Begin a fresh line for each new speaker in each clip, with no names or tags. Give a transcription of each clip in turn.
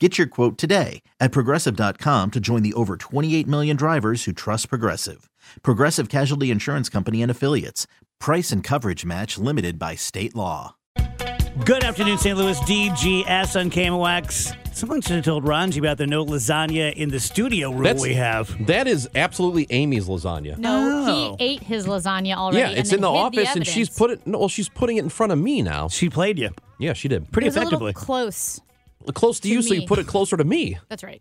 Get your quote today at progressive.com to join the over 28 million drivers who trust Progressive. Progressive Casualty Insurance Company and Affiliates. Price and coverage match limited by state law.
Good afternoon, St. Louis. DGS on KMOX. Someone should have told Ranji about the no lasagna in the studio rule
That's-
we have.
That is absolutely Amy's lasagna.
No,
Oh.
he ate his lasagna already.
yeah,
and
it's
then
in the
hid
office, and she's
evidence.
put it. No, well, she's putting it in front of me now.
She played you
Yeah, she did.
pretty
It was a little
effectively.
close.
close to,
to
you, so you
me.
put it closer to me.
That's right.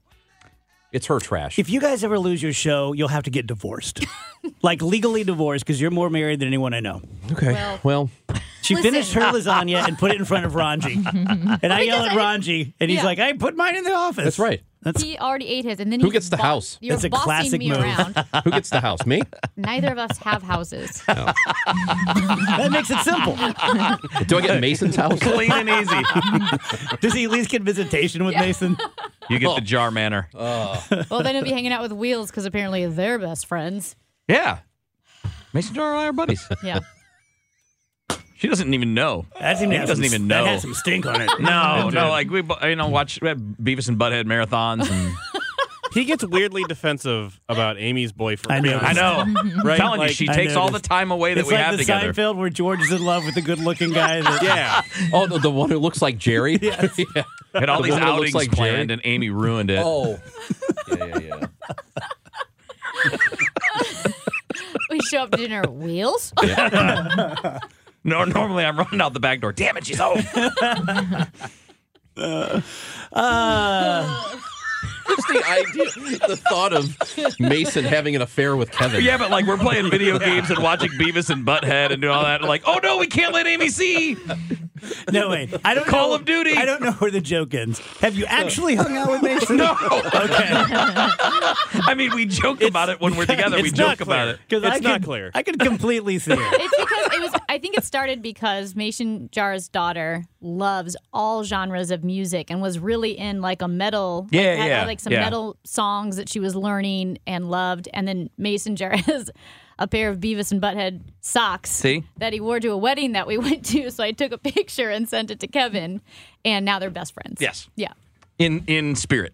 It's her trash.
if you guys ever lose your show, you'll have to get divorced. like legally divorced because you're more married than anyone I know.
okay.
Well-
Well,
She
Listen.
finished her lasagna and put it in front of Ranji. and I yell at Ranji, and he's
Yeah.
like, I put mine in the office.
that's right.
He already ate his, and then
Who
he
gets the house?
You're
That's a
bossing
classic
me
move.
around.
Who gets the house? Me?
Neither of us have houses.
That makes it simple.
Do I get Mason's house?
Clean and easy.
Does he at least get visitation with Mason?
You get the jar manner.
well, then he'll be hanging out with Wheels because apparently they're best friends.
Yeah. Mason Jar and I are buddies.
Yeah.
She doesn't even know.
That seemed to
He
have
doesn't
some,
even
That
know.
had some stink on it.
No,
It
no,
did.
like we, bo- you know, watch we have Beavis and Butthead marathons. And
he gets weirdly defensive about Amy's boyfriend.
I know.
I know,
Right,
telling
like,
you, she
I
takes all the
noticed.
time away that
it's
we
like
have
the
together.
Seinfeld where George is in love with the good-looking guy. That,
Yeah.
Oh, the, the one who looks like Jerry. yeah.
Had all
The
these
one that looks
outings
like Jerry.
planned, and Amy ruined it.
Oh. Yeah, yeah, yeah.
We show up to dinner. Wheels?
No, normally I'm running out the back door. Damn it, she's home.
Uh,
Just the idea, the thought of Mason having an affair with Kevin.
yeah, but like we're playing video games and watching Beavis and Butthead and doing all that. Like, oh no, we can't let Amy see.
No, wait. I don't
Call
know-
of Duty.
I don't know where the joke ends. Have you actually hung out with Mason?
No.
Okay.
I mean, we joke about it when we're together. we
It's
joke
not
about
clear,
it.
'cause
It's
I
not
could-
clear.
I could completely see it.
It's because it was. I think it started because Mason Jar's daughter loves all genres of music and was really in like a metal.
Yeah,
like, had-
yeah,
had, like some
yeah.
metal songs that she was learning and loved. And then Mason Jar has a pair of Beavis and Butthead socks
See?
that he wore to a wedding that we went to. So I took a picture and sent it to Kevin, and now they're best friends.
Yes.
Yeah.
In in spirit.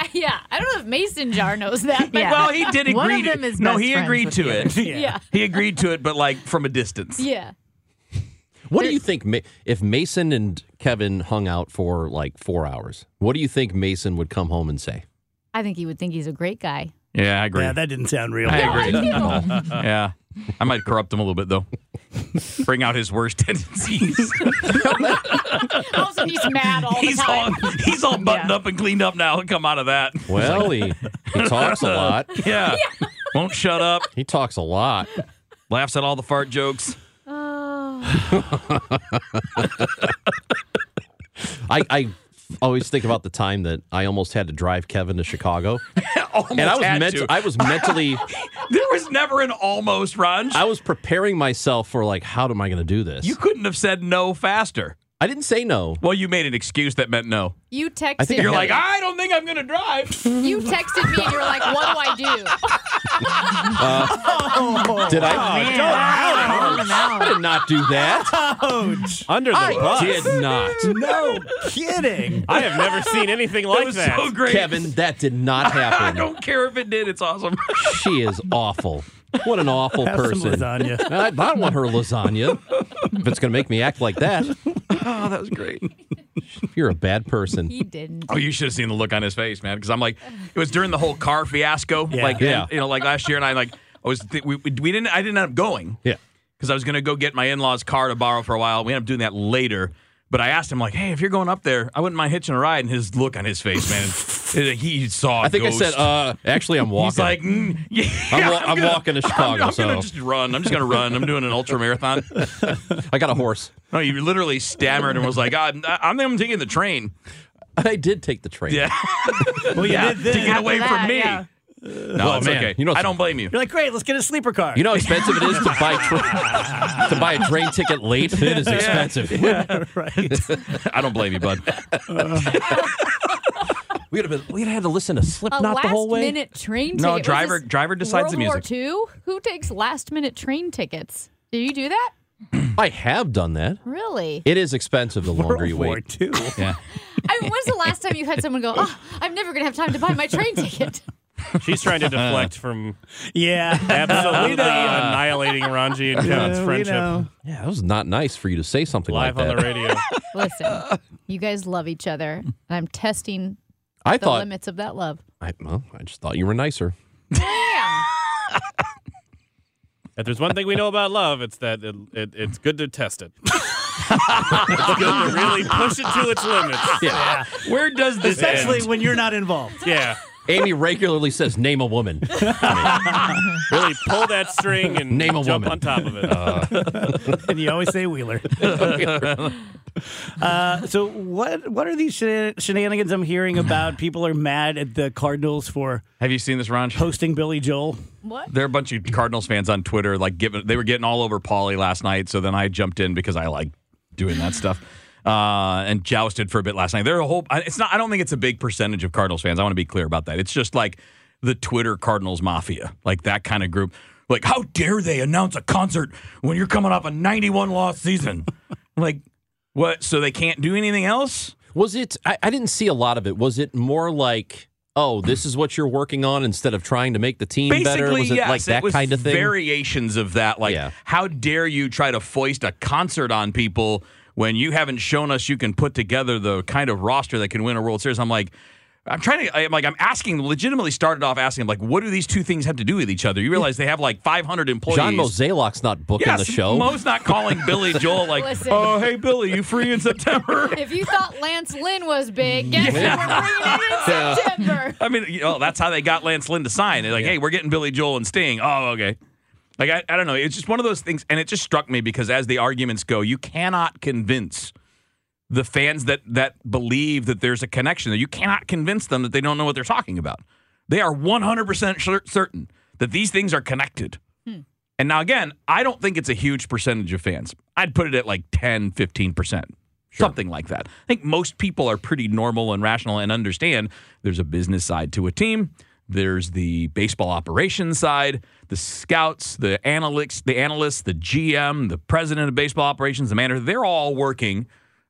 I, yeah. I don't know if Mason Jar knows that. But
Yeah.
Well, he did agree.
One of
to-
them is
no,
best
he
friends
agreed
with
to
the
it.
Yeah.
He agreed to it, but like from a distance.
Yeah.
What do you think Ma- if Mason and Kevin hung out for like four hours? What do you think Mason would come home and say?
I think he would think he's a great guy.
Yeah, I agree.
Yeah, that didn't sound real.
I agree. yeah. I might corrupt him a little bit though. Bring out his worst tendencies.
Also, he's mad all
he's
the time.
all he's all buttoned
Yeah.
up and cleaned up now. He'll come out of that.
Well, he, he talks a lot.
Yeah. Won't shut up.
He talks a lot.
Laughs at all the fart jokes.
I, I always think about the time that I almost had to drive Kevin to Chicago, and I was
had
ment-
to.
I was mentally
There was never an almost Ranj.
I was preparing myself for like how am I going to do this?
you couldn't have said no faster.
I didn't say no.
Well, you made an excuse that meant no.
You texted.
I think I
You're
Yeah.
like, I don't think I'm gonna drive.
You texted me and you're like, what do I do?
Did I?
Man, calling them out.
I did not do that.
Ouch.
Under the bus.
I did not.
No kidding.
I have never seen anything
That
like
was
that.
so great.
Kevin, that did not
I
happen.
don't care if it did. It's awesome.
She is awful. What an awful
Have some
person.
lasagna.
I, I don't want her lasagna. If it's going to make me act like that,
oh, that was great.
You're a bad person.
He didn't.
Oh, you should have seen the look on his face, man. Because I'm like, it was during the whole car fiasco,
Yeah.
like
Yeah.
and, you know, like last year, and I like I was th- we, we we didn't I didn't end up going
Yeah.
because I was gonna go get my in laws' car to borrow for a while. We ended up doing that later. But I asked him like, hey, if you're going up there, I wouldn't mind hitching a ride. And his look on his face, man, he saw. I
I think I said, uh, actually, I'm walking.
He's like, mm, yeah,
I'm wa- I'm walking to Chicago,
I'm, I'm
so."
gonna just run. I'm just gonna run. I'm doing an ultra marathon.
I got a horse.
No, he literally stammered and was like, I'm, I'm, I'm taking the train.
I did take the train.
Yeah,
Well, you
yeah,
did this.
to get away
After
from
that,
me.
yeah.
No, it's
man,
okay.
you know
I
it's-
don't blame you.
You're like, great, let's get a sleeper car.
You know how expensive it is to buy tra- to buy a train ticket late. It is expensive.
I don't blame you, bud.
We'd have been, we'd have had to listen to
A
Slipknot
last
the whole way.
minute train ticket.
No,
Was
driver-
this
driver decides
World
the music.
War II? Who takes last minute train tickets? Do you do that?
I have done that.
Really?
It is expensive the longer
World
you
War
wait.
Two.
I mean, when's the last time you had someone go, oh, I'm never going to have time to buy my train ticket?
She's trying to deflect from
Yeah,
absolutely
We know.
annihilating Ranji and John's
Yeah, we
friendship
know.
Yeah, that was not nice for you to say something
live
like
on
that.
the radio.
Listen, you guys love each other, and I'm testing
I
the
thought.
limits of that love.
I, well, I just thought you were nicer.
Damn.
If there's one thing we know about love, it's that it, it, it's good to test it. it's good to really push it to its limits.
Yeah.
Where does this
Especially
end?
when you're not involved.
Yeah,
Amy regularly says, "Name a woman."
really pull that string and
Name a
jump
woman. Uh,
on top of it.
and you always say Wheeler. uh, so what what are these shena- shenanigans I'm hearing about? People are mad at the Cardinals for
Have you seen this, Ron?
posting Billy Joel.
What?
There are a bunch of Cardinals fans on Twitter, like giving they were getting all over Pauly last night. So then I jumped in because I like doing that stuff. Uh, and jousted for a bit last night. There are a whole. I- It's not. I don't think it's a big percentage of Cardinals fans. I want to be clear about that. It's just like the Twitter Cardinals mafia, like that kind of group. Like, how dare they announce a concert when you're coming off a 91 loss season? like, what? So they can't do anything else?
Was it? I, I didn't see a lot of it. Was it more like, "Oh, this is what you're working on," instead of trying to make the team better? Was it
yes,
like that
was
kind of thing?
Variations of that, like
Yeah.
how dare you try to foist a concert on people when you haven't shown us you can put together the kind of roster that can win a World Series? I'm like. I'm trying to. I'm like. I'm asking. Legitimately, started off asking. like, what do these two things have to do with each other? You realize they have like 500 employees.
John Mozeliak's not booking
yes,
the show.
Mo's not calling Billy Joel like,
Listen.
oh hey Billy, you free in September?
If you thought Lance Lynn was big, guess what? We're bringing it in September.
I mean, you know, that's how they got Lance Lynn to sign. They're like, hey, we're getting Billy Joel and Sting. Oh, okay. Like, I, I don't know. It's just one of those things. And it just struck me because as the arguments go, you cannot convince the fans that, that believe that there's a connection there. You cannot convince them that they don't know what they're talking about. They are 100% cer- certain that these things are connected. And now, again, I don't think it's a huge percentage of fans. I'd put it at like 10, 15%, something like that. I think most people are pretty normal and rational and understand there's a business side to a team. There's the baseball operations side, the scouts, the analytics, the analysts, the GM, the president of baseball operations, the manager. They're all working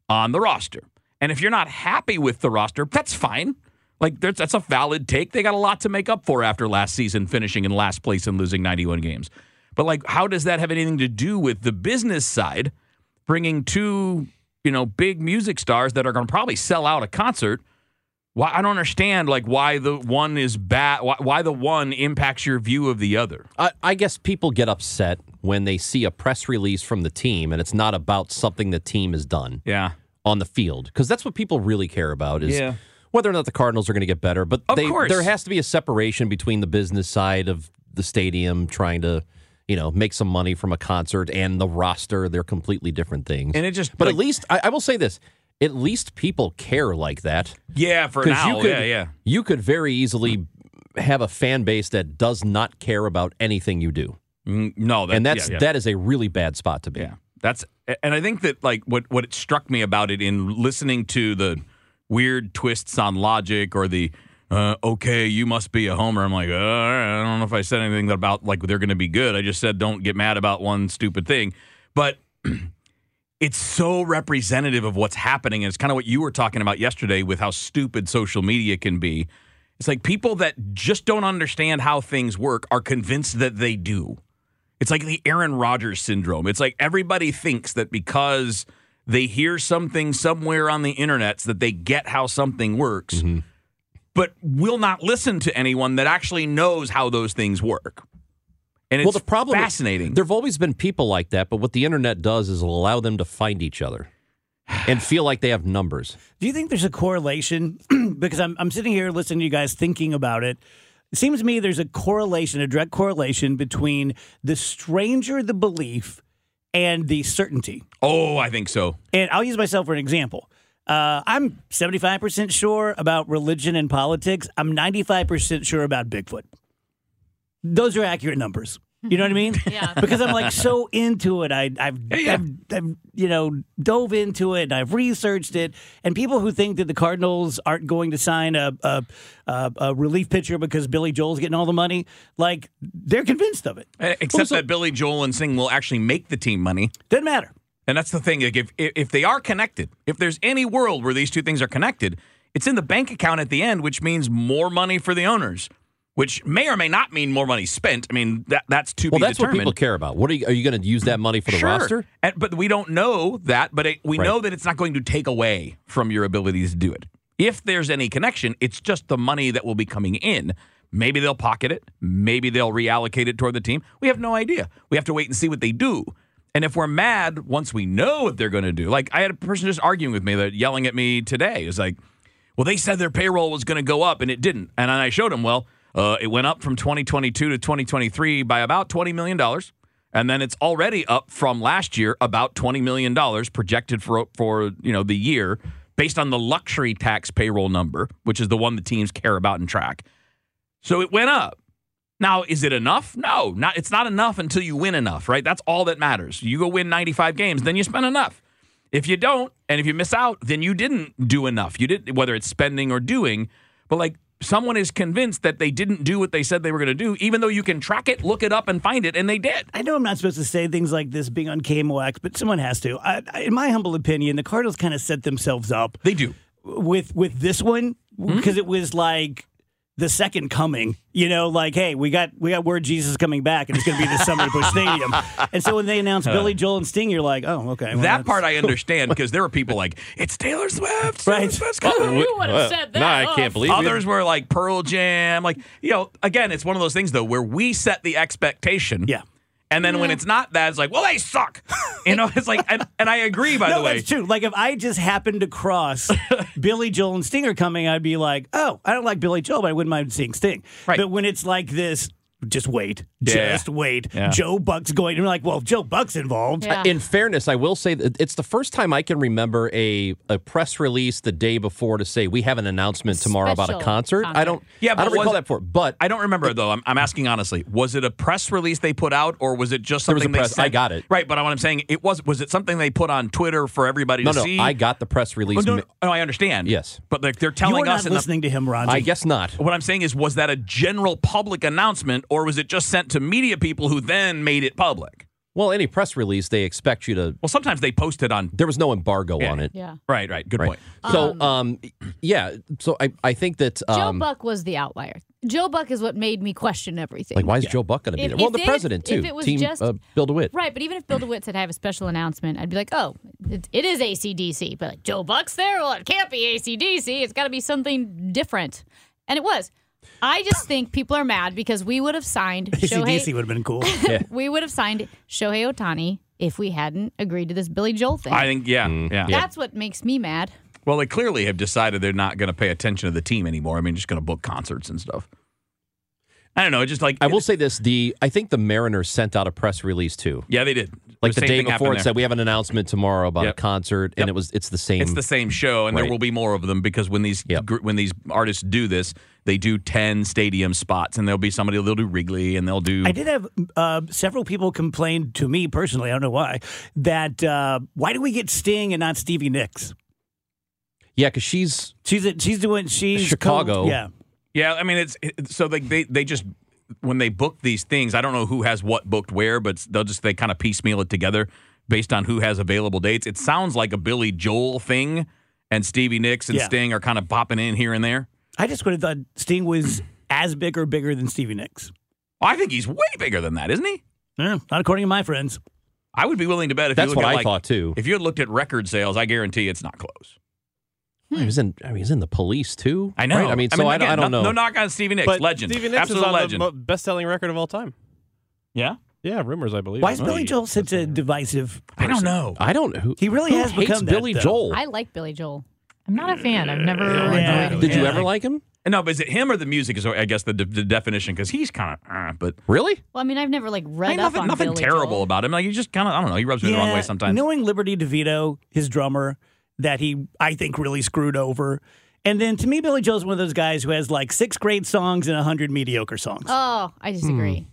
on the roster. And if you're not happy with the roster, that's fine. Like that's, that's a valid take. They got a lot to make up for after last season, finishing in last place and losing 91 games. But like, how does that have anything to do with the business side, bringing two you know big music stars that are going to probably sell out a concert? Why I don't understand like why the one is bad. Why, why the one impacts your view of the other?
I, I guess people get upset when they see a press release from the team and it's not about something the team has done
Yeah,
on the field because that's what people really care about is
Yeah.
whether or not the Cardinals are going to get better. But
Of
they,
course.
there has to be a separation between the business side of the stadium trying to you know make some money from a concert and the roster. They're completely different things.
and it just
but
like,
at least I, I will say this: at least people care like that.
yeah for
'Cause
now
you could,
yeah yeah
You could very easily have a fan base that does not care about anything you do.
Mm, no that,
And that's
yeah, yeah.
that is a really bad spot to be.
Yeah. That's and I think that like what what it struck me about it in listening to the weird twists on logic or the uh, okay, you must be a homer. I'm like, all right, I don't know if I said anything about like they're going to be good. I just said don't get mad about one stupid thing. But it's so representative of what's happening. And it's kind of what you were talking about yesterday with how stupid social media can be. It's like people that just don't understand how things work are convinced that they do. It's like the Aaron Rodgers syndrome. It's like everybody thinks that because They hear something somewhere on the internet so that they get how something works,
Mm-hmm.
but will not listen to anyone that actually knows how those things work. And it's
well, the problem is
fascinating.
There have always been people like that, but what the internet does is it'll allow them to find each other and feel like they have numbers.
Do you think there's a correlation? because I'm, I'm sitting here listening to you guys thinking about it. It seems to me there's a correlation, a direct correlation between the stranger the belief and the certainty.
oh, I think so.
And I'll use myself for an example. Uh, I'm 75% sure about religion and politics. I'm 95% sure about Bigfoot. Those are accurate numbers. You know what I mean?
Yeah.
because I'm like so into it. I, I've,
yeah.
I've, I've, you know, dove into it and I've researched it. And people who think that the Cardinals aren't going to sign a, a, a, a relief pitcher because Billy Joel's getting all the money, like they're convinced of it.
Eh, Except that Billy Joel and Singh will actually make the team money.
Doesn't matter.
And that's the thing. Like if if they are connected, if there's any world where these two things are connected, it's in the bank account at the end, which means more money for the owners, which may or may not mean more money spent. I mean, that that's to
Well,
be
that's what
determined.
people care about. What are you, are you going to use that money for the
sure.
roster?
And- but we don't know that. But it, we
Right.
know that it's not going to take away from your ability to do it. If there's any connection, it's just the money that will be coming in. Maybe they'll pocket it. Maybe they'll reallocate it toward the team. We have no idea. We have to wait and see what they do. And if we're mad once we know what they're going to do, like I had a person just arguing with me that yelling at me today is like, well, they said their payroll was going to go up and it didn't. And I showed them, well, uh, it went up from 2022 to 2023 by about $20 million. And then it's already up from last year about $20 million projected for, for you know, the year based on the luxury tax payroll number, which is the one the teams care about and track. So it went up. Now, is it enough? No, not it's not enough until you win enough, right? That's all that matters. You go win 95 games, then you spend enough. If you don't, and if you miss out, then you didn't do enough. You did whether it's spending or doing, but like someone is convinced that they didn't do what they said they were going to do, even though you can track it, look it up, and find it, and they did.
I know I'm not supposed to say things like this being on KMOX, but someone has to. I, I, in my humble opinion, the Cardinals kind of set themselves up
They do. Hmm?
with with this one because it was like the second coming. You know, like hey, we got we got word Jesus is coming back, and it's going to be this summer at Bush Stadium. And so when they announced Billy Joel and Sting, you're like, oh, okay. well,
That
that's-
part I understand because there were people like, it's Taylor Swift. Taylor
Right. Oh,
Swift's
Who
coming.
would have said that?
no, I
Oh,
can't believe it.
Others were like Pearl Jam. Like, you know, again, it's one of those things though where we set the expectation.
Yeah.
And then when it's not that, it's like, well, they suck. You know, it's like, and, and I agree, by
No,
the way.
that's true. Like if I just happened to cross Billy Joel and Sting are coming, I'd be like, oh, I don't like Billy Joel, but I wouldn't mind seeing Sting.
Right.
But when it's like this. Just wait.
Yeah.
Just wait.
Yeah.
Joe Buck's going. And we're like, well, if Joe Buck's involved.
Yeah.
Uh, In fairness, I will say that it's the first time I can remember a, a press release the day before to say we have an announcement tomorrow about
Special
a concert. I don't.
Yeah,
I
but
don't recall
was-
that for. But
I don't remember though. I'm, I'm asking honestly. Was it a press release they put out, or was it just
There was a
something
press-
they said?
I got it.
Right, but what I'm saying it was was it something they put on Twitter for everybody
no,
to
no,
see?
I got the press release.
Oh, no,
mi-
no, no, I understand.
Yes.
but like they're
You are
telling
not
us. in the-
listening to him, Ron.
I guess not.
what I'm saying is, was that a general public announcement, or was it just sent to media people who then made it public?
Well, any press release, they expect you to.
Well, sometimes they posted on.
There was no embargo
Yeah.
on it.
Yeah.
Right, right. Good
Right.
point.
So, um, yeah. So I, I think that
Joe
um,
Buck was the outlier. Joe Buck is what made me question everything.
like why is Joe Buck going to be
If-
there?
if
Well, the
they-
president too.
if it was
Team
just-
uh, Bill DeWitt.
Right, but even if Bill DeWitt said I have a special announcement, I'd be like, oh, it, it is ACDC. But like, Joe Buck's there? Well, it can't be ACDC. It's got to be something different. And it was. I just think people are mad because we would have signed
ACDC
Shohei.
would have been cool.
We would have signed Shohei Otani if we hadn't agreed to this Billy Joel thing.
I think, yeah,
Mm-hmm.
yeah.
That's what makes me mad.
Well, they clearly have decided they're not going to pay attention to the team anymore. I mean, just going to book concerts and stuff. I don't know. Just like
I will say this: the I think the Mariners sent out a press release too,
Yeah, they did.
like the,
same
day
thing
before.
happened
It
there.
said we have an announcement tomorrow about
Yep.
a concert, and it was it's the same.
it's the same show, and there
Right.
will be more of them because when these
Yep.
gr- when these artists do this, they do ten stadium spots, and there'll be somebody they'll do Wrigley, and they'll do.
I did have uh, several people complain to me personally. I don't know why. That uh, why do we get Sting and not Stevie Nicks?
yeah, because she's
She's a, she's doing she's
Chicago.
co- yeah,
Yeah, I mean it's it- so like they they just when they book these things, I don't know who has what booked where, but they'll just they kind of piecemeal it together based on who has available dates. It sounds like a Billy Joel thing, and Stevie Nicks and
Yeah.
Sting are kind of popping in here and there.
I just would have thought Sting was as big or bigger than Stevie Nicks.
I think he's way bigger than that, isn't he?
Yeah, not according to my friends.
I would be willing to bet if
That's
you look
what
at
I
like,
thought, too.
If you had looked at record sales, I guarantee it's not close.
Well, he was in. I mean, Hmm, he's in the police too.
I know.
right? I mean, so I,
again,
I don't
no,
know.
No knock on Stevie Nicks,
But
legend,
Stevie Nicks
absolute
is on
legend.
the best-selling record of all time.
yeah,
Yeah, rumors, I believe.
Why is
Oh,
Billy
yeah.
Joel such a divisive?
I don't know.
I don't. Who,
He really
who
has
hates
become that,
Billy
though.
Joel.
I like Billy Joel.
I'm not a fan. I've never.
Yeah.
enjoyed
Did you
Yeah.
ever like him?
No, but is it him or the music? Is I guess the, the definition because he's kind of, uh, but
Really?
Well, I mean, I've never like read
ain't
up
nothing
on
nothing
Billy
terrible
Joel.
about him. Like he just kind of I don't know. He rubs me the wrong way sometimes.
Knowing Liberty DeVito, his drummer, that he I think really screwed over. And then to me, Billy Joel's one of those guys who has like six great songs and a hundred mediocre songs.
Oh, I disagree.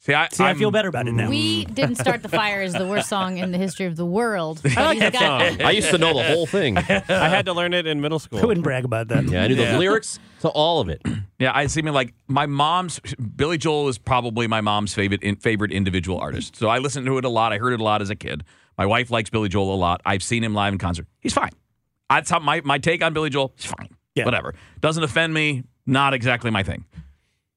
See, I,
See, i
I'm-
feel better about it now.
We didn't start the fire is the worst song in the history of the world. but
I like
he's
that
got-
song.
I used to know the whole thing. Yeah,
I had to learn it in middle school.
I wouldn't brag about that.
I knew the
Yeah.
lyrics to all of it.
Yeah, I see. Me like my mom's Billy Joel is probably my mom's favorite in, favorite individual artist. So I listened to it a lot. I heard it a lot as a kid. My wife likes Billy Joel a lot. I've seen him live in concert. He's fine. That's how my my take on Billy Joel. He's fine.
Yeah.
Whatever. Doesn't offend me. Not exactly my thing.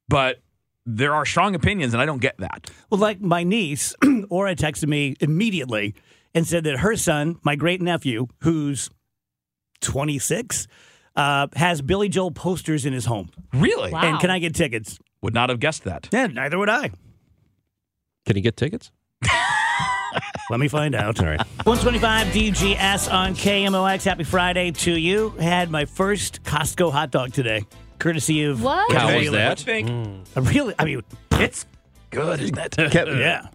But there are strong opinions, and I don't get that.
Well, like my niece, Aura texted me immediately and said that her son, my great nephew, who's 26, uh, has Billy Joel posters in his home.
Really?
Wow.
And can I get tickets?
Would not have guessed that.
Yeah, neither would I.
Can he get tickets?
Let me find out.
All right.
125 DGS on KMOX. Happy Friday to you. Had my first Costco hot dog today, courtesy of
What?
How
I
was
really-
that?
I really, I mean,
It's good, isn't it?
Kevin,
yeah.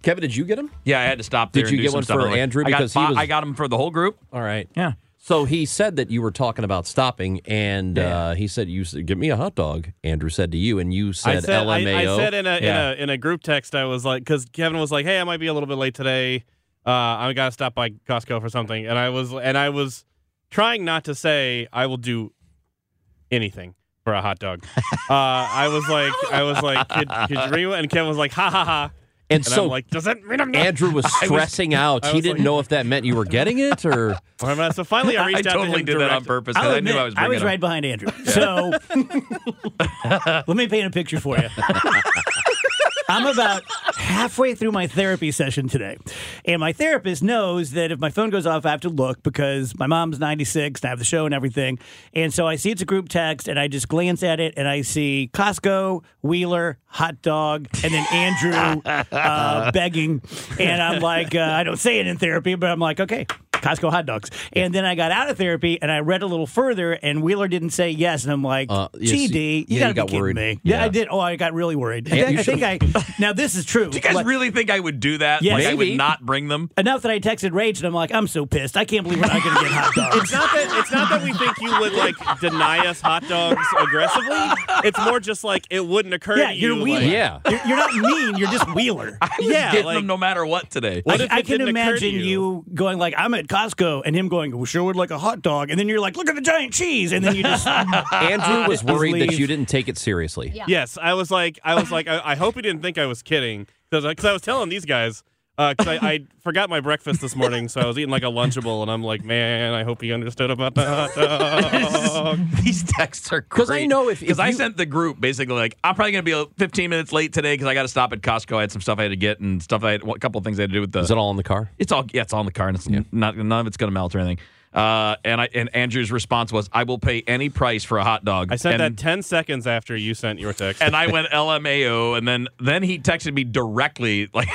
Kevin, did you get him?
Yeah, I had to stop there.
Did
and
you
do
get
some
one
stuff.
for
I'm like,
Andrew?
I got,
Because he
fi-
was-
I got him for the whole group.
All right.
Yeah.
So he said that you were talking about stopping, and uh, he said you said, "Give me a hot dog." Andrew said to you, and you said,
I said, I- I,
"LMAO."
said in a,
Yeah.
in a in a group text, I was like, because Kevin was like, "Hey, I might be a little bit late today. Uh, I gotta stop by Costco for something." And I was and I was trying not to say I will do anything for a hot dog. uh, I was like, I was like, could, could you read what- And Kevin was like, "Ha ha ha."
and
And
so
I'm like, does that mean I'm not?
Andrew was stressing out.
I
He
was
didn't
like-
know if that meant you were getting it or.
so finally, I
I
reached out to
totally
him
did that on
direct-
purpose
I'll
because I
admit,
knew I was
I
bringing
was
him.
right behind Andrew. So let me paint a picture for you. I'm about halfway through my therapy session today. And my therapist knows that if my phone goes off, I have to look because my mom's 96 and I have the show and everything. And so I see it's a group text and I just glance at it and I see Costco, Wheeler, hot dog, and then Andrew uh, begging. And I'm like, uh, I don't say it in therapy, but I'm like, okay. Costco hot dogs. And then I got out of therapy and I read a little further and Wheeler didn't say yes. And I'm like,
Uh, yes,
GD, you
yeah,
gotta be
you got
kidding
worried.
me. Yeah.
Yeah.
I did. Oh, I got really worried.
Yeah,
I
you
think I, now this is true.
Do you guys
Like,
really think I would do that?
Yes.
Like I would
Maybe.
not bring them?
enough that I texted Rage and I'm like, I'm so pissed. I can't believe we're not going to get hot
It's
dogs.
not that it's not that we think you would like deny us hot dogs aggressively. It's more just like it wouldn't occur
Yeah,
to you.
you're Wheeler.
like,
Yeah.
You're, you're not mean. You're just Wheeler. I,
yeah,
Getting
like,
them no matter what today.
What if
I
it
can
didn't occur to
imagine you going like, I'm at Costco, and him going, well, sure would like a hot dog, and then you're like, look at the giant cheese, and then you just
Andrew was worried that
leave.
you didn't take it seriously.
Yeah.
Yes, I was like, I was like, I, I hope he didn't think I was kidding because I, was telling these guys because I, I forgot my breakfast this morning, so I was eating like a lunchable, and I'm like, man, I hope he understood about the hot dog.
These texts are great.
'Cause I know if- if
because I
you-
sent the group basically like I'm probably gonna be uh, 15 minutes late today because I got to stop at Costco. I had some stuff I had to get and stuff I had a couple of things I had to do with the.
Is it all in the car?
it's all yeah, it's all in the car and it's not none of it's gonna melt or anything. Uh, and I and Andrew's response was, "I will pay any price for a hot dog."
I sent
and,
that ten seconds after you sent your text.
and I went LMAO, and then then he texted me directly like,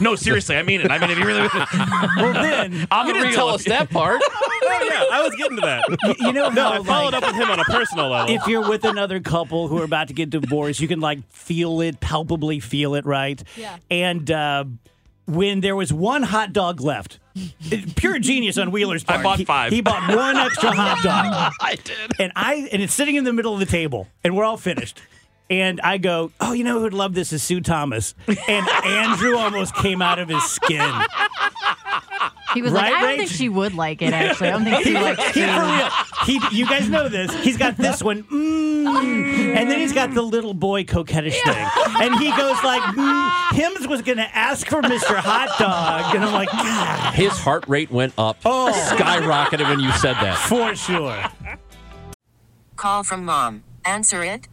"No, seriously, I mean it. I mean if you really."
well then.
I'm
You didn't
real.
tell us that part.
oh yeah, I was getting to that.
You know
No,
how
I followed
like,
up with him on a personal level.
if you're with another couple who are about to get divorced, you can like feel it, palpably feel it, right?
Yeah.
And uh, when there was one hot dog left, pure genius on Wheeler's part.
bought
He-
five.
he bought one extra hot dog.
I did.
and I and it's sitting in the middle of the table, and we're all finished. And I go, oh, you know who'd love this is Sue Thomas. And Andrew almost came out of his skin.
He was
Right,
like, I don't
Rach?
think she would like it. Actually, I don't think she likes
He,
it.
for real, he, you guys know this. He's got this one, mm, and then he's got the little boy coquettish thing. And he goes like, mm, Hims was going to ask for Mr. Hot Dog, and I'm like, God,
His heart rate went up,
Oh.
skyrocketed when you said that.
for sure.
Call from mom. Answer it.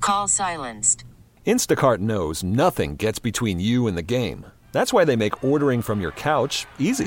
Call silenced.
Instacart knows nothing gets between you and the game. That's why they make ordering from your couch easy.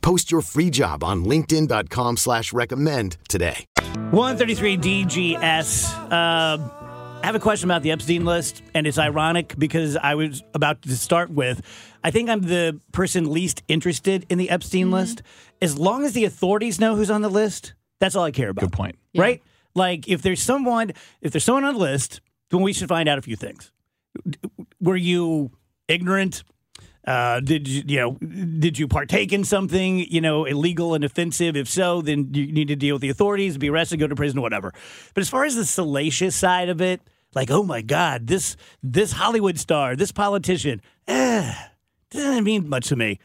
Post your free job on linkedin.com/recommend slash recommend today.
133 DGS. Um, I have a question about the Epstein list, and it's ironic because I was about to start with. I think I'm the person least interested in the Epstein list. As long as the authorities know who's on the list, that's all I care about.
Good point.
Right? Like if there's someone, if there's someone on the list, then we should find out a few things. Were you ignorant? Uh, did you, you know? Did you partake in something you know illegal and offensive? If so, then you need to deal with the authorities, be arrested, go to prison, whatever. But as far as the salacious side of it, like oh my god, this this Hollywood star, this politician, eh, doesn't mean much to me,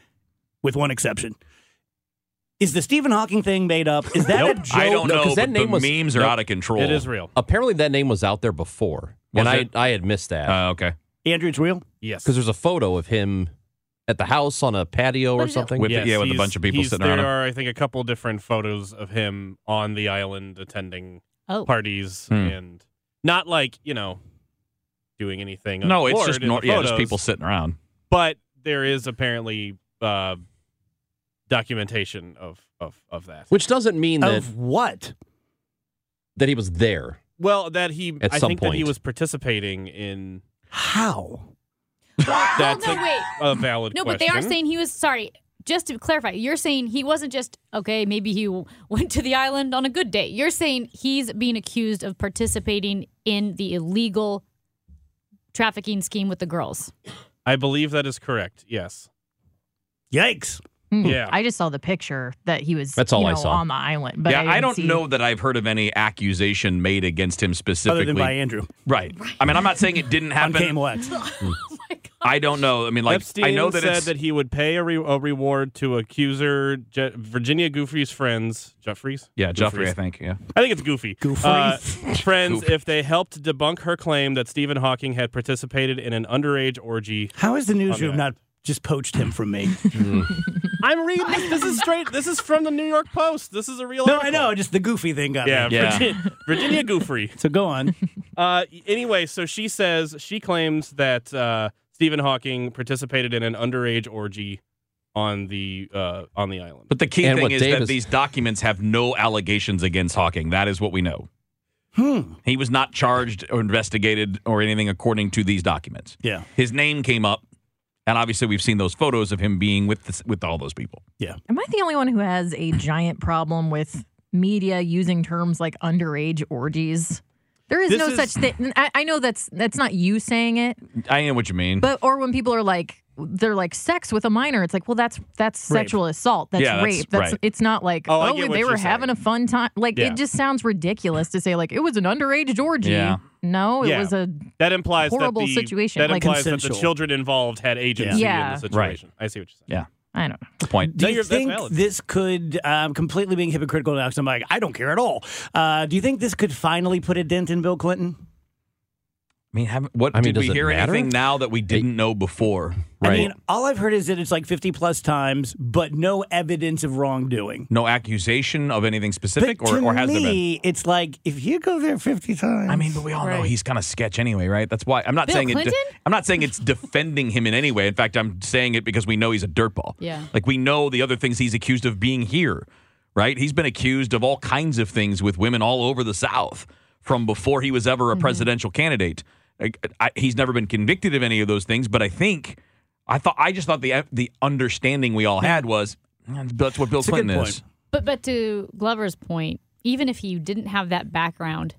with one exception. Is the Stephen Hawking thing made up? Is that a
Nope.
joke?
I don't
No,
know.
'cause that
but
name
the
was-
memes are
Nope.
out of control.
It is real.
Apparently, that name was out there before,
Was
and I
it?
I had missed that
Uh, okay.
Andrew, it's real.
Yes.
because there's a photo of him at the house on a patio
But
or
is it-
something.
With- yeah, with a
he's-
bunch of people
he's-
sitting around
There
him.
are, I think, a couple different photos of him on the island attending
Oh.
parties
Hmm.
and not like you know doing anything.
No, it's
untoward
just
in the
nor- yeah, just
photos,
people sitting around.
But there is apparently uh, documentation of of of that.
Which doesn't mean that,
Of what?
that he was there.
Well, that he,
At
I
some
think that he
point.
was participating in.
How?
That's
no,
a,
wait.
a valid.
No, but they are
question.
saying he was sorry. Just to clarify, you're saying he wasn't just okay. Maybe he w- went to the island on a good day. You're saying he's being accused of participating in the illegal trafficking scheme with the girls.
I believe that is correct. Yes.
Yikes.
Hmm.
Yeah.
I just saw the picture that he was.
That's all
you
I
know,
saw.
on the island. But
yeah,
I,
I,
didn't
don't
see-
know that I've heard of any accusation made against him
Other
specifically.
than by Andrew
right. I mean, I'm not saying it didn't
on
happen.
KMOX.
Oh my god!
I don't know. I mean, like
Epstein
I know that
said
it's
that he would pay a, re- a reward to accuser Je- Virginia Goofy's friends. Jeffries?
yeah, Jeffrey.
Goofries.
I think yeah.
I think it's Goofy.
Goofy.
Uh, friends, if they helped debunk her claim that Stephen Hawking had participated in an underage orgy.
How is the newsroom
Okay.
not just poached him from me?
I'm reading this. This is straight. This is from the New York Post. This is a real.
no, I
article.
know. Just the goofy thing got
Yeah,
me.
Yeah.
Virginia, Virginia Goofy.
So go on.
Uh, anyway, so she says she claims that uh, Stephen Hawking participated in an underage orgy on the uh, on the island.
But the key
And
thing
what
is
Dave
that
is-
these documents have no allegations against Hawking. That is what we know.
Hmm.
He was not charged or investigated or anything according to these documents.
Yeah.
His name came up, and obviously we've seen those photos of him being with this, with all those people.
Am I the only one who has a giant problem with media using terms like underage orgies? There is
This
no
is-
such thing. I, I know that's that's not you saying it,
I know what you mean.
but or when people are like they're like sex with a minor, it's like well that's that's
Rape.
sexual assault, that's
Yeah, that's
rape. That's
right.
it's not like
Oh, I
oh,
get what
they
you're
were having
saying.
a fun time. Like
Yeah.
it just sounds ridiculous to say like it was an underage orgy.
Yeah.
No, it
Yeah.
was a
that implies
horrible
that the,
situation,
That
like-
implies that the
Consensual.
children involved had agency
Yeah.
in the
Right.
situation. I see what you're saying.
I don't know.
Good point.
Do
No,
you
you're- that's
think
valid.
this could, um, completely being hypocritical now, 'cause I'm like, I don't care at all. Uh, do you think this could finally put a dent in Bill Clinton?
I mean, have, what
I mean,
did we
does it
hear
matter?
anything now that we didn't know before?
I mean, all I've heard is that it's like 50 plus times, but no evidence of wrongdoing.
no accusation of anything specific,
But
or,
to
or has there been?
me, it's like if you go there 50 times. I mean,
but we all know he's kind of sketch anyway, right? That's why I'm not
Bill
saying it.
Clinton?
I'm not saying it's defending him in any way. In fact, I'm saying it because we know he's a dirtball.
Yeah.
Like we know the other things he's accused of being here, right? He's been accused of all kinds of things with women all over the South from before he was ever
Mm-hmm.
a presidential candidate. Like, I, he's never been convicted of any of those things, but I think I thought I just thought the the understanding we all had was "Man, that's what Bill
a good
Clinton is.
But but to Glover's point, even if you didn't have that background,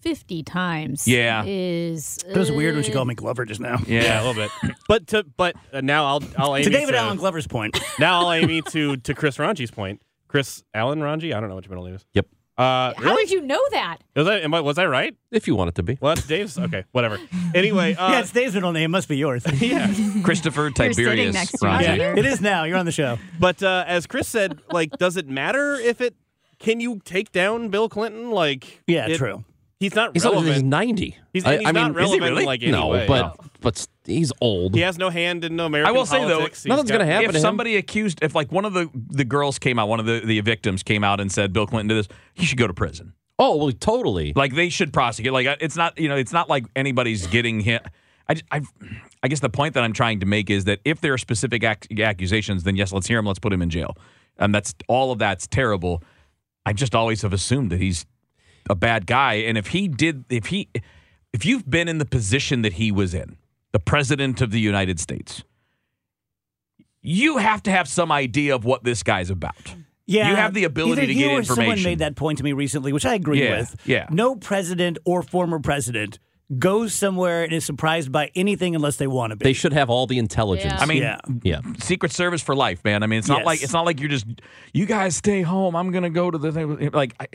fifty times,
Yeah.
is
It was weird when she called me Glover just now.
Yeah, a little bit. But to but uh, now I'll I'll aim
To
you
David Allen Glover's point.
Now I'll aim you to to Chris Ranji's point. Chris Allen Ranji. I don't know what your middle name is.
Yep.
Uh,
How
really?
did you know that?
Was I, am I was I right?
If you want it to be.
Well, that's Dave's. Okay, whatever. Anyway, uh,
yeah, it's Dave's middle name. Must be yours.
yeah.
Christopher
You're sitting
Tiberius
next to each
Ranji.
other. It is now. You're on the show.
But uh, as Chris said, like, does it matter if it? Can you take down Bill Clinton? Like,
Yeah,
it-
true.
He's not
He's,
relevant.
he's 90.
He's,
I,
and he's
I mean,
not
is he
relevant.
really?
in, like,
no,
any way.
but but s- he's old.
he has no hand in American
I will say though,
politics. He's got-
gonna happen
If
to him.
somebody accused, if like one of the the girls came out, one of the the victims came out and said Bill Clinton did this, he should go to prison.
Oh well, totally.
Like they should prosecute. Like I- it's not you know it's not like anybody's getting hit. I j- I, I guess the point that I'm trying to make is that if there are specific ac- accusations, then yes, let's hear him. Let's put him in jail. And that's all of that's terrible. I just always have assumed that he's a bad guy. And if he did, if he, if you've been in the position that he was in, the president of the United States, you have to have some idea of what this guy's about.
Yeah,
You have the ability
either
to
you
get
or Someone
information.
made that point to me recently, which I agree
Yeah,
with.
yeah.
no president or former president goes somewhere and is surprised by anything unless they want to be.
They should have all the intelligence.
Yeah.
I mean,
Yeah.
Yeah.
Secret Service for life, man. I mean, it's not
Yes.
like it's not like you're just you guys stay home. I'm gonna go to the thing. Like, I,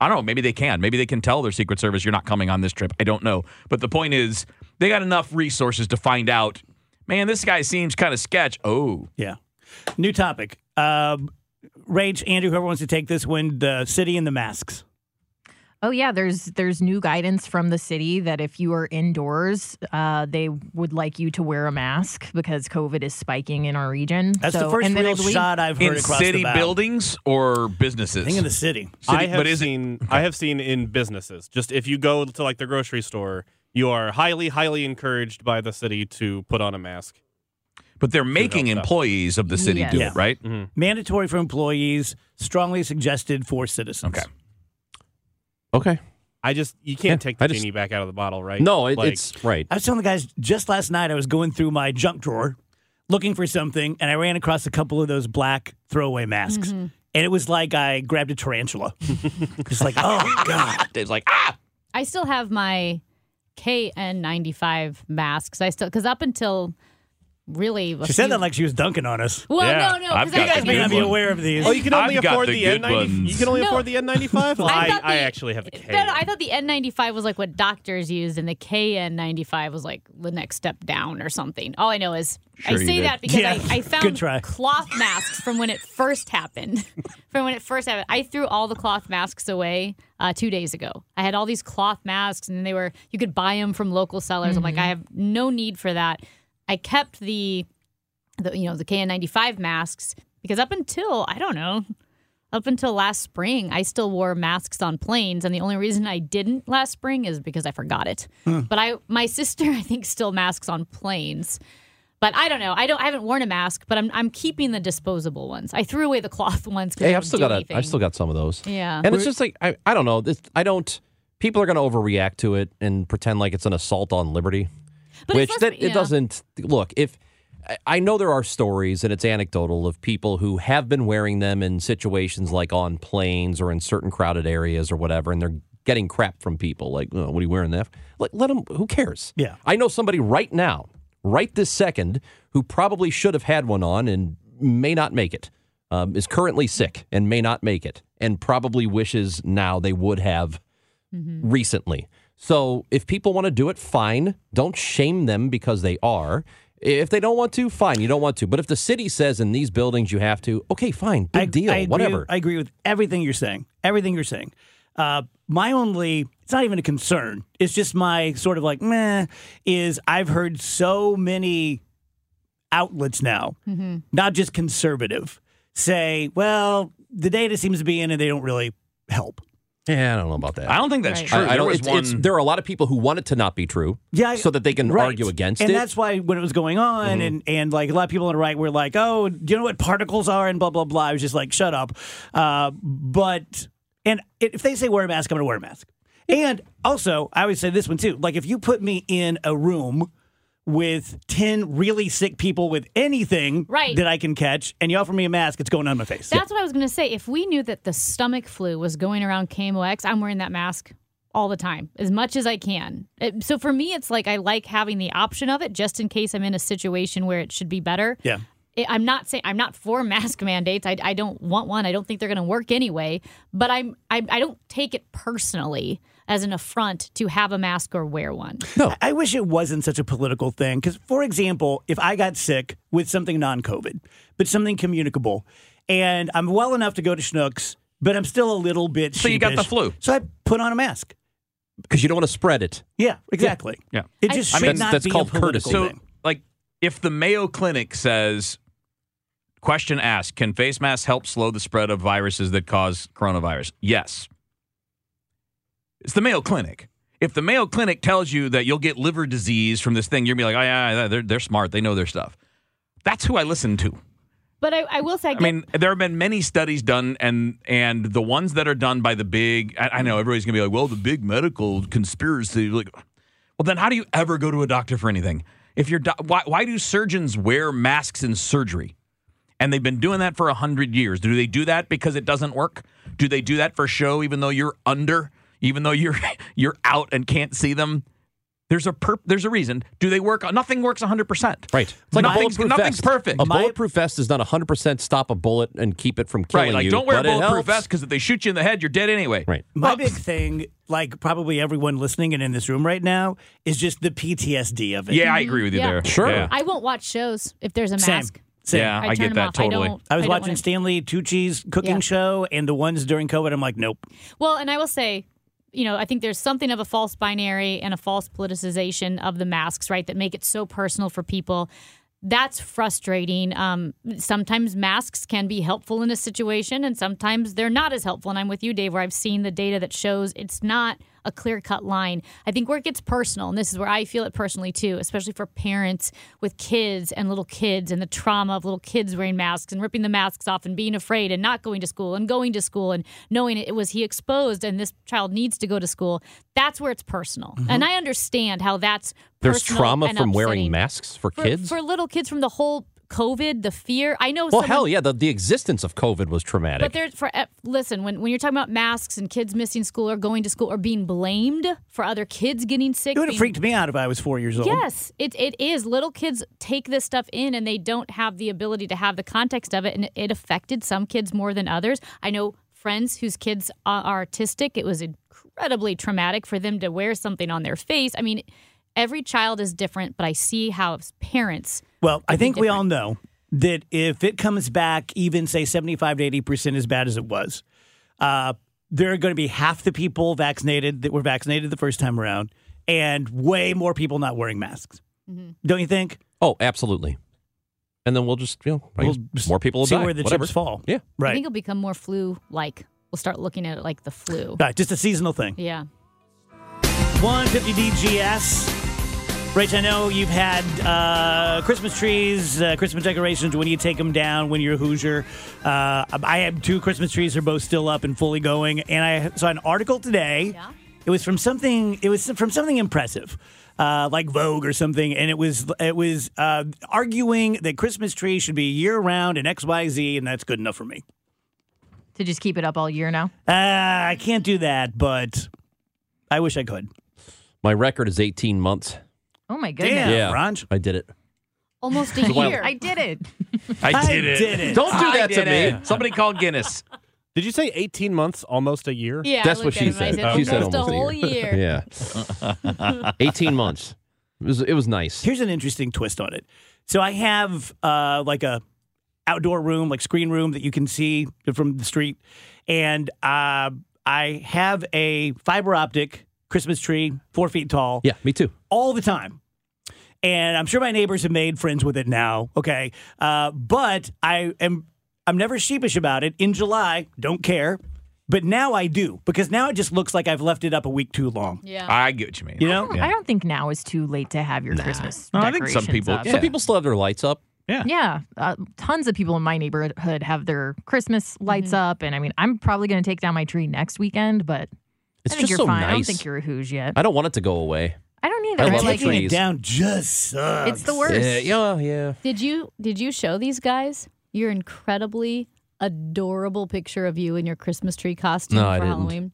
I don't know. Maybe they can. Maybe they can tell their Secret Service you're not coming on this trip. I don't know. But the point is, they got enough resources to find out. Man, this guy seems kind of sketch. Oh,
Yeah. New topic. Um, Rage, Andrew, whoever wants to take this one, the city and the masks.
Oh yeah, there's there's new guidance from the city that if you are indoors, uh, they would like you to wear a mask because COVID is spiking in our region.
That's the
So-
first
and then I
real
believe-
shot I've heard
in
across
city
the bow.
buildings or businesses.
I think in the city.
I
City-
have
but is it-
seen I have seen in businesses. Just if you go to like the grocery store, you are highly highly encouraged by the city to put on a mask.
But they're making
stuff.
employees of the city
Yes.
do
Yeah.
it, right?
Mandatory for employees, strongly suggested for citizens.
Okay.
Okay.
I just you can't take the
I just-
genie back out of the bottle, right?
No, it,
Like,
it's right.
I was telling the guys just last night I was going through my junk drawer looking for something and I ran across a couple of those black throwaway masks. And it was like I grabbed a tarantula. Just like, oh God.
Dave's like, ah,
I still have my KN95 masks. I still because up until really a
She said
few-
that like she was dunking on us.
well,
Yeah,
no, no, 'cause
I've got
I,
You
the
may
good
not be
one.
aware of these.
Oh, you can only
I've got
afford
the
the,
good
N95. You
ones.
can only
No.
afford the N95. Well, I,
thought
I
the-
actually have the K.
No, no, I thought the N95 was like what doctors used, and the KN95 was like the next step down or something. All I know is
Sure
I
you
say
did.
that because
Yeah.
I, I
Good
found
try.
cloth masks from when it first happened. from when it first happened, I threw all the cloth masks away uh, two days ago. I had all these cloth masks, and they were you could buy them from local sellers. I'm like, I have no need for that. I kept the the you know the KN95 masks because up until I don't know up until last spring I still wore masks on planes and the only reason I didn't last spring is because I forgot it.
Hmm.
But I my sister I think still masks on planes. But I don't know. I don't I haven't worn a mask, but I'm I'm keeping the disposable ones. I threw away the cloth ones cuz
Hey, I've still got a, I've still got some of those.
Yeah.
And it's just like I, I don't know. This, I don't. People are going to overreact to it and pretend like it's an assault on liberty,
But
which
it's less-
that it
yeah.
doesn't. Look, if I- I know there are stories and it's anecdotal of people who have been wearing them in situations like on planes or in certain crowded areas or whatever, and they're getting crap from people like, "Oh, "What are you wearing that?" for?" Like, let them. Who cares?
Yeah.
I know somebody right now, right this second, who probably should have had one on and may not make it, um, is currently sick and may not make it, and probably wishes now they would have recently. So if people want to do it, fine. Don't shame them because they are. If they don't want to, fine. You don't want to. But if the city says in these buildings you have to, okay, fine. Big deal.
agree,
whatever.
I agree with everything you're saying. Everything you're saying. Uh, my only, it's not even a concern. It's just my sort of like, meh, is I've heard so many outlets now,
Mhm.
not just conservative, say, well, the data seems to be in and they don't really help.
Yeah, I don't know about that.
I don't think that's Right. true.
I,
There
don't,
was
it's, it's-
one-
there are a lot of people who want it to not be true.
Yeah, I-
so that they can
Right.
argue against
and
it.
that's why when it was going on,
Mhm.
and and like a lot of people on the right were like, "Oh, do you know what particles are?" and blah blah blah. I was just like, "Shut up." Uh, but and if they say wear a mask, I'm going to wear a mask. And also, I always say this one too. Like if you put me in a room with ten really sick people with anything
Right.
that I can catch, and you offer me a mask, it's going on my face.
That's what I was going to say. If we knew that the stomach flu was going around KMOX, I'm wearing that mask all the time, as much as I can. It- so for me, it's like I like having the option of it just in case I'm in a situation where it should be better.
Yeah.
It- I'm not saying I'm not for mask mandates. I, I don't want one. I don't think they're going to work anyway. But I'm I, I don't take it personally as an affront to have a mask or wear one.
No.
I wish it wasn't such a political thing. Because, for example, if I got sick with something non COVID, but something communicable, and I'm well enough to go to Schnucks, but I'm still a little bit
So you got the
sheepish,
flu.
So I put on a mask.
because you don't want to spread it.
Yeah, exactly.
Yeah.
It just should not be a political
So,
thing.
like, if the Mayo Clinic says, question asked, can face masks help slow the spread of viruses that cause coronavirus? Yes. It's the Mayo Clinic. If the Mayo Clinic tells you that you'll get liver disease from this thing, you'll be like, oh, yeah, yeah, they're, they're smart. They know their stuff. That's who I listen to.
But I, I will say, I,
I
get-
mean, there have been many studies done, and and the ones that are done by the big, I, I know everybody's gonna be like, well, the big medical conspiracy. Like, well, then how do you ever go to a doctor for anything? If you're, do- why, why do surgeons wear masks in surgery? And they've been doing that for a hundred years. Do they do that because it doesn't work? Do they do that for show, even though you're under, even though you're you're out and can't see them? There's a perp- there's a reason. Do they work? Nothing works 100. percent
Right. It's like a
nothing's,
bulletproof
nothing's
vest.
perfect.
A bulletproof vest does not 100% stop a bullet and keep it from killing
Right, like
you.
don't wear a
but it
bulletproof
helps.
vest because if they shoot you in the head, you're dead anyway.
Right.
My big thing, like probably everyone listening and in this room right now, is just the PTSD of it.
Yeah, I agree with you
Yeah.
there.
Sure.
Yeah.
I won't watch shows if there's a
Same.
mask.
Same.
Yeah, I,
I turn
get
them
that
off. I
totally.
don't-
I was
don't
watching
wanna-
Stanley Tucci's cooking
Yeah.
show, and the ones during COVID, I'm like, nope.
Well, and I will say, you know, I think there's something of a false binary and a false politicization of the masks, right? That make it so personal for people. That's frustrating. Um, sometimes masks can be helpful in a situation, and sometimes they're not as helpful. And I'm with you, Dave, where I've seen the data that shows it's not a clear cut line. I think where it gets personal, and this is where I feel it personally too, especially for parents with kids and little kids and the trauma of little kids wearing masks and ripping the masks off and being afraid and not going to school and going to school and knowing it was he exposed and this child needs to go to school. That's where it's personal. And I understand how that's
Mm-hmm. There's
personal
trauma
and
from wearing
upsetting.
masks for,
For-
kids.
For little kids from the whole COVID, the fear. I know
well,
someone-
hell yeah. The, the existence of COVID was traumatic.
but there's for eh, listen when, when you're talking about masks and kids missing school or going to school or being blamed for other kids getting sick.
It would have
being-
freaked me out if I was four years old.
Yes, it, it is. Little kids take this stuff in and they don't have the ability to have the context of it. And it affected some kids more than others. I know friends whose kids are are autistic. It was incredibly traumatic for them to wear something on their face. I mean, every child is different, but I see how as parents.
Well, I think we all know that if it comes back, even say 75 to 80% as bad as it was, uh, there are going to be half the people vaccinated that were vaccinated the first time around and way more people not wearing masks. Don't you think?
oh, absolutely. And then we'll just, you know, I
We'll
guess more people will
see
die,
where the
whatever.
chips fall.
Yeah.
I think
Right.
it'll become more flu like. We'll start looking at it like the flu.
Right. Just a seasonal thing.
Yeah.
150 DGS. Rach, I know you've had uh, Christmas trees, uh, Christmas decorations. When you take them down, when you're a Hoosier, uh, I have two Christmas trees. They're both still up and fully going. And I saw an article today. It was from something. It was from something impressive, uh, like Vogue or something. And it was it was uh, arguing that Christmas trees should be year round and X Y Z, and that's good enough for me.
to just keep it up all year now.
Uh, I can't do that, but I wish I could.
My record is 18 months.
Oh my goodness.
Damn,
yeah.
Ronge.
I did it.
Almost a
So why-
year.
I did it.
I did it.
did it.
Don't do
I
that to
did
me.
it. Somebody call Guinness.
Did you say 18 months, almost a year?
yeah, I
That's what
looked at
she
him and I
said. She said
almost
almost
a
a
whole year.
Yeah. 18 months. It was, it was nice.
Here's an interesting twist on it. So I have uh, like a outdoor room, like screen room that you can see from the street, and uh, I have a fiber optic Christmas tree, four feet tall.
Yeah, me too.
All the time. And I'm sure my neighbors have made friends with it now. Okay. Uh, but I am, I'm never sheepish about it. In July, don't care. But now I do because now it just looks like I've left it up a week too long.
Yeah.
I get what you mean.
You
I
know?
don't, I don't think now is too late to have your Christmas.
No, I think
decorations
some people-
up.
some people still have their lights up.
Yeah, Uh, tons of people in my neighborhood have their Christmas lights up, and I mean, I'm probably going to take down my tree next weekend, but
It's
I think
just
you're
so
fine. I don't
nice.
think you're a Hoos yet.
I don't want it to go away.
I don't
I
either.
love
like
the trees.
down just sucks.
It's the worst.
Yeah, yeah, yeah.
Did you did you show these guys your incredibly adorable picture of you in your Christmas tree costume
No,
for
I didn't.
Halloween?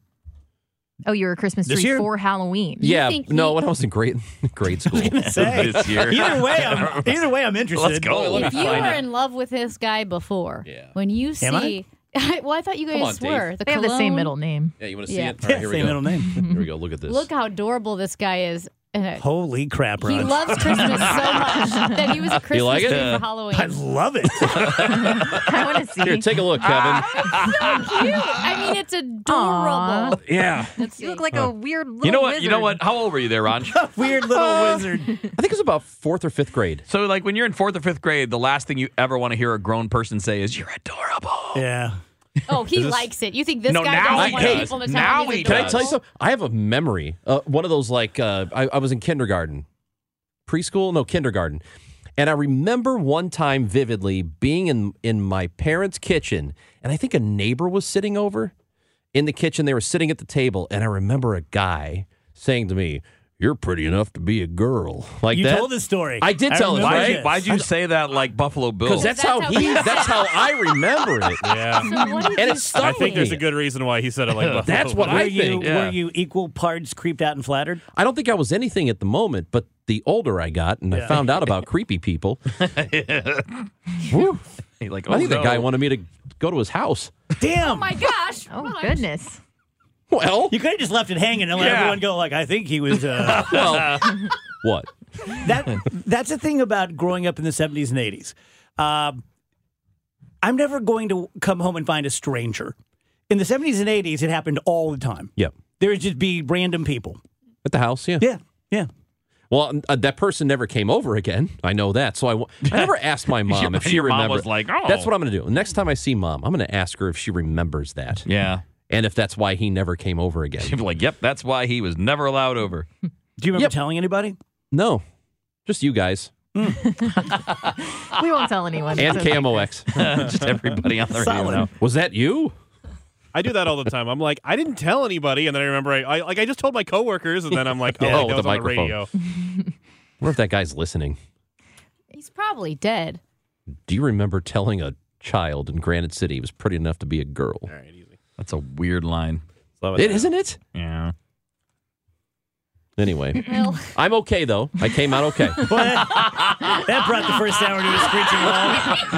Oh, you're a Christmas
This
tree
year?
for Halloween.
yeah, no, when I was in grade grade school
say.
this year.
Either way, I'm, either way, I'm interested.
Let's go. Let me
If you
find
were
out.
in love with this guy before, when you
Am I?
see, well, I thought you
Come
guys
on, Dave.
were. The
they have the same
cologne-
middle name.
Yeah, you want to see
Yeah.
it? All right, here we
Same
go.
middle name.
Here we go. Look at this.
Look how adorable this guy is. And
Holy crap,
He
Raj.
loves Christmas so much that he was a Christmas
You like it?
tree
Yeah.
for Halloween.
I love it.
I want to see.
Here, take a look, Kevin.
Cute. I mean, it's adorable.
Yeah.
You look like a weird little
You know what? You know
wizard.
what? How old were you there, Ron?
Weird little wizard.
I think it was about fourth or fifth grade.
so, like, when you're in fourth or fifth grade, the last thing you ever want to hear a grown person say is, "You're adorable."
Yeah.
Oh, he
This is-
likes it. You think this
No,
guy
now
doesn't
he
want
does.
people to tell
Now
him he's
he
adorable?
Can I tell you something? I have a memory. Uh, one of those like uh, I, I was in kindergarten, preschool, no kindergarten, and I remember one time vividly being in in my parents' kitchen, and I think a neighbor was sitting over in the kitchen. They were sitting at the table, and I remember a guy saying to me, "You're pretty enough to be a girl." Like
you
that.
told this story.
I did tell this,
remember
right?
this.
Why'd you say that like Buffalo Bill?
Because that's, how, he.
he
That's how I remember it.
Yeah.
So what did
And
you
it
say?
stuck
I
with
think there's
me.
a good reason why he said it like Buffalo.
That's what
Bill.
I
Were you,
think.
were you equal parts creeped out and flattered?
I don't think I was anything at the moment, but the older I got and I found out about creepy people, whew,
He like,
I think
oh,
the guy
no.
wanted me to go to his house.
Damn.
Oh my gosh.
Oh
Raj.
goodess.
Well,
you could have just left it hanging and let
Yeah.
everyone go like, I think he was. Uh,
well, what?
that that's the thing about growing up in the seventies and eighties. Um, I'm never going to come home and find a stranger. In the seventies and eighties, it happened all the time.
Yep.
There would just be random people.
At the house, yeah.
Yeah, yeah.
Well, uh, that person never came over again. I know that. So I, wa- I never asked my mom if she
Your mom
remembered.
was like, "Oh."
That's what I'm going to do. Next time I see mom, I'm going to ask her if she remembers that.
Yeah.
And if that's why he never came over again.
People like, yep, that's why he was never allowed over.
Do you remember
Yep.
telling anybody?
No, just you guys
We won't tell anyone.
and
It's okay.
KMOX.
Just everybody on the radio.
Solid.
now.
Was that you?
I do that all the time. I'm like, I didn't tell anybody, and then I remember, I, I like, I just told my coworkers, and then I'm like, oh,
Yeah.
like,
Oh,
that
with
was
the
on the
microphone.
radio.
I wonder if that guy's listening.
He's probably dead.
Do you remember telling a child in Granite City it was pretty enough to be a girl?
That's a weird line.
It isn't it?
Yeah.
Anyway,
Well,
I'm okay though. I came out okay.
That brought
Ah.
the first hour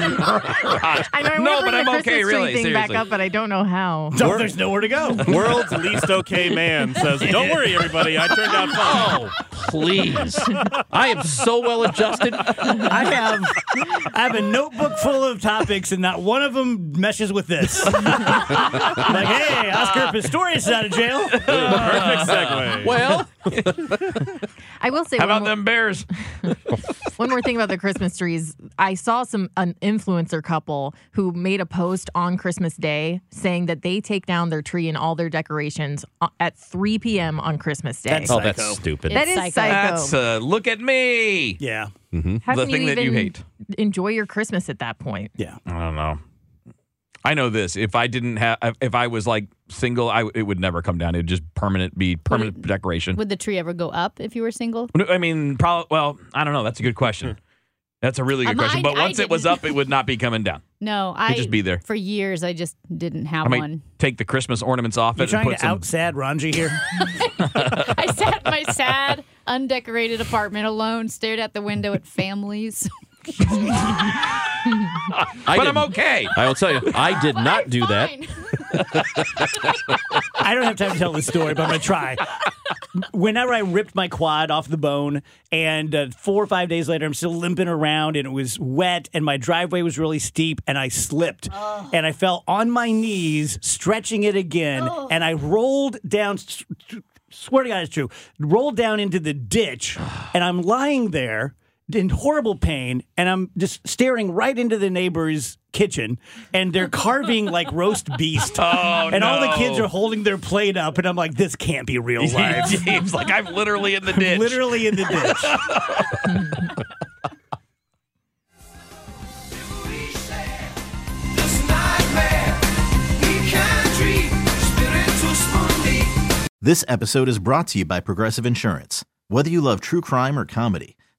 to a screeching halt.
I know I
No,
want to
but
bring
I'm
the
okay,
Christmas tree
really,
thing
seriously.
back up, but I don't know how.
So there's nowhere to go.
World's least okay man says, don't worry, everybody, I turned out fine.
oh, please. I am so well adjusted.
I have I have a notebook full of topics, and not one of them meshes with this. like, hey, Oscar Pistorius is out of jail. Uh,
Perfect segue.
Well,
I will say
How
one
about
more-
them Bears?
One more thing about the Christmas trees. I saw some an influencer couple who made a post on Christmas Day saying that they take down their tree and all their decorations uh, at 3 p.m. on Christmas Day.
That's-
oh, that's
Psycho.
stupid.
That
It's psycho.
is psycho.
That's uh, look at me.
Yeah,
How
the
can
thing that you
even
hate.
Enjoy your Christmas at that point.
yeah.
I don't know. I know this. If I didn't have, if I was like single, I it would never come down. It'd just permanent be permanent decoration.
would the tree ever go up if you were single?
No, I mean, probably. Well, I don't know. That's a good question. That's a really good
Um,
question.
I-
But
I
once it was
didn't.
up, it would not be coming down.
No,
It'd
I
just be there.
for years. I just didn't have
I might
one.
take the Christmas ornaments off
You're
it and
trying
put
to
some.
out sad Ranji here.
I sat in my sad, undecorated apartment alone, stared out the window at families.
I
but
didn't-
I'm okay.
I will tell you, I did not do that.
Fine.
I don't have time to tell this story, but I'm gonna try. whenever I ripped my quad off the bone, and uh, four or five days later, I'm still limping around, and it was wet, and my driveway was really steep, and I slipped, and I fell on my knees, stretching it again, and I rolled down. s- s- Swear to God, it's true. Rolled down into the ditch, and I'm lying there in horrible pain, and I'm just staring right into the neighbor's kitchen, and they're carving like roast beast,
Oh,
and all the kids
no.
are holding their plate up, and I'm like, this can't be real life.
James, like I'm literally in the
I'm
ditch.
Literally in the ditch.
This episode is brought to you by Progressive Insurance. Whether you love true crime or comedy,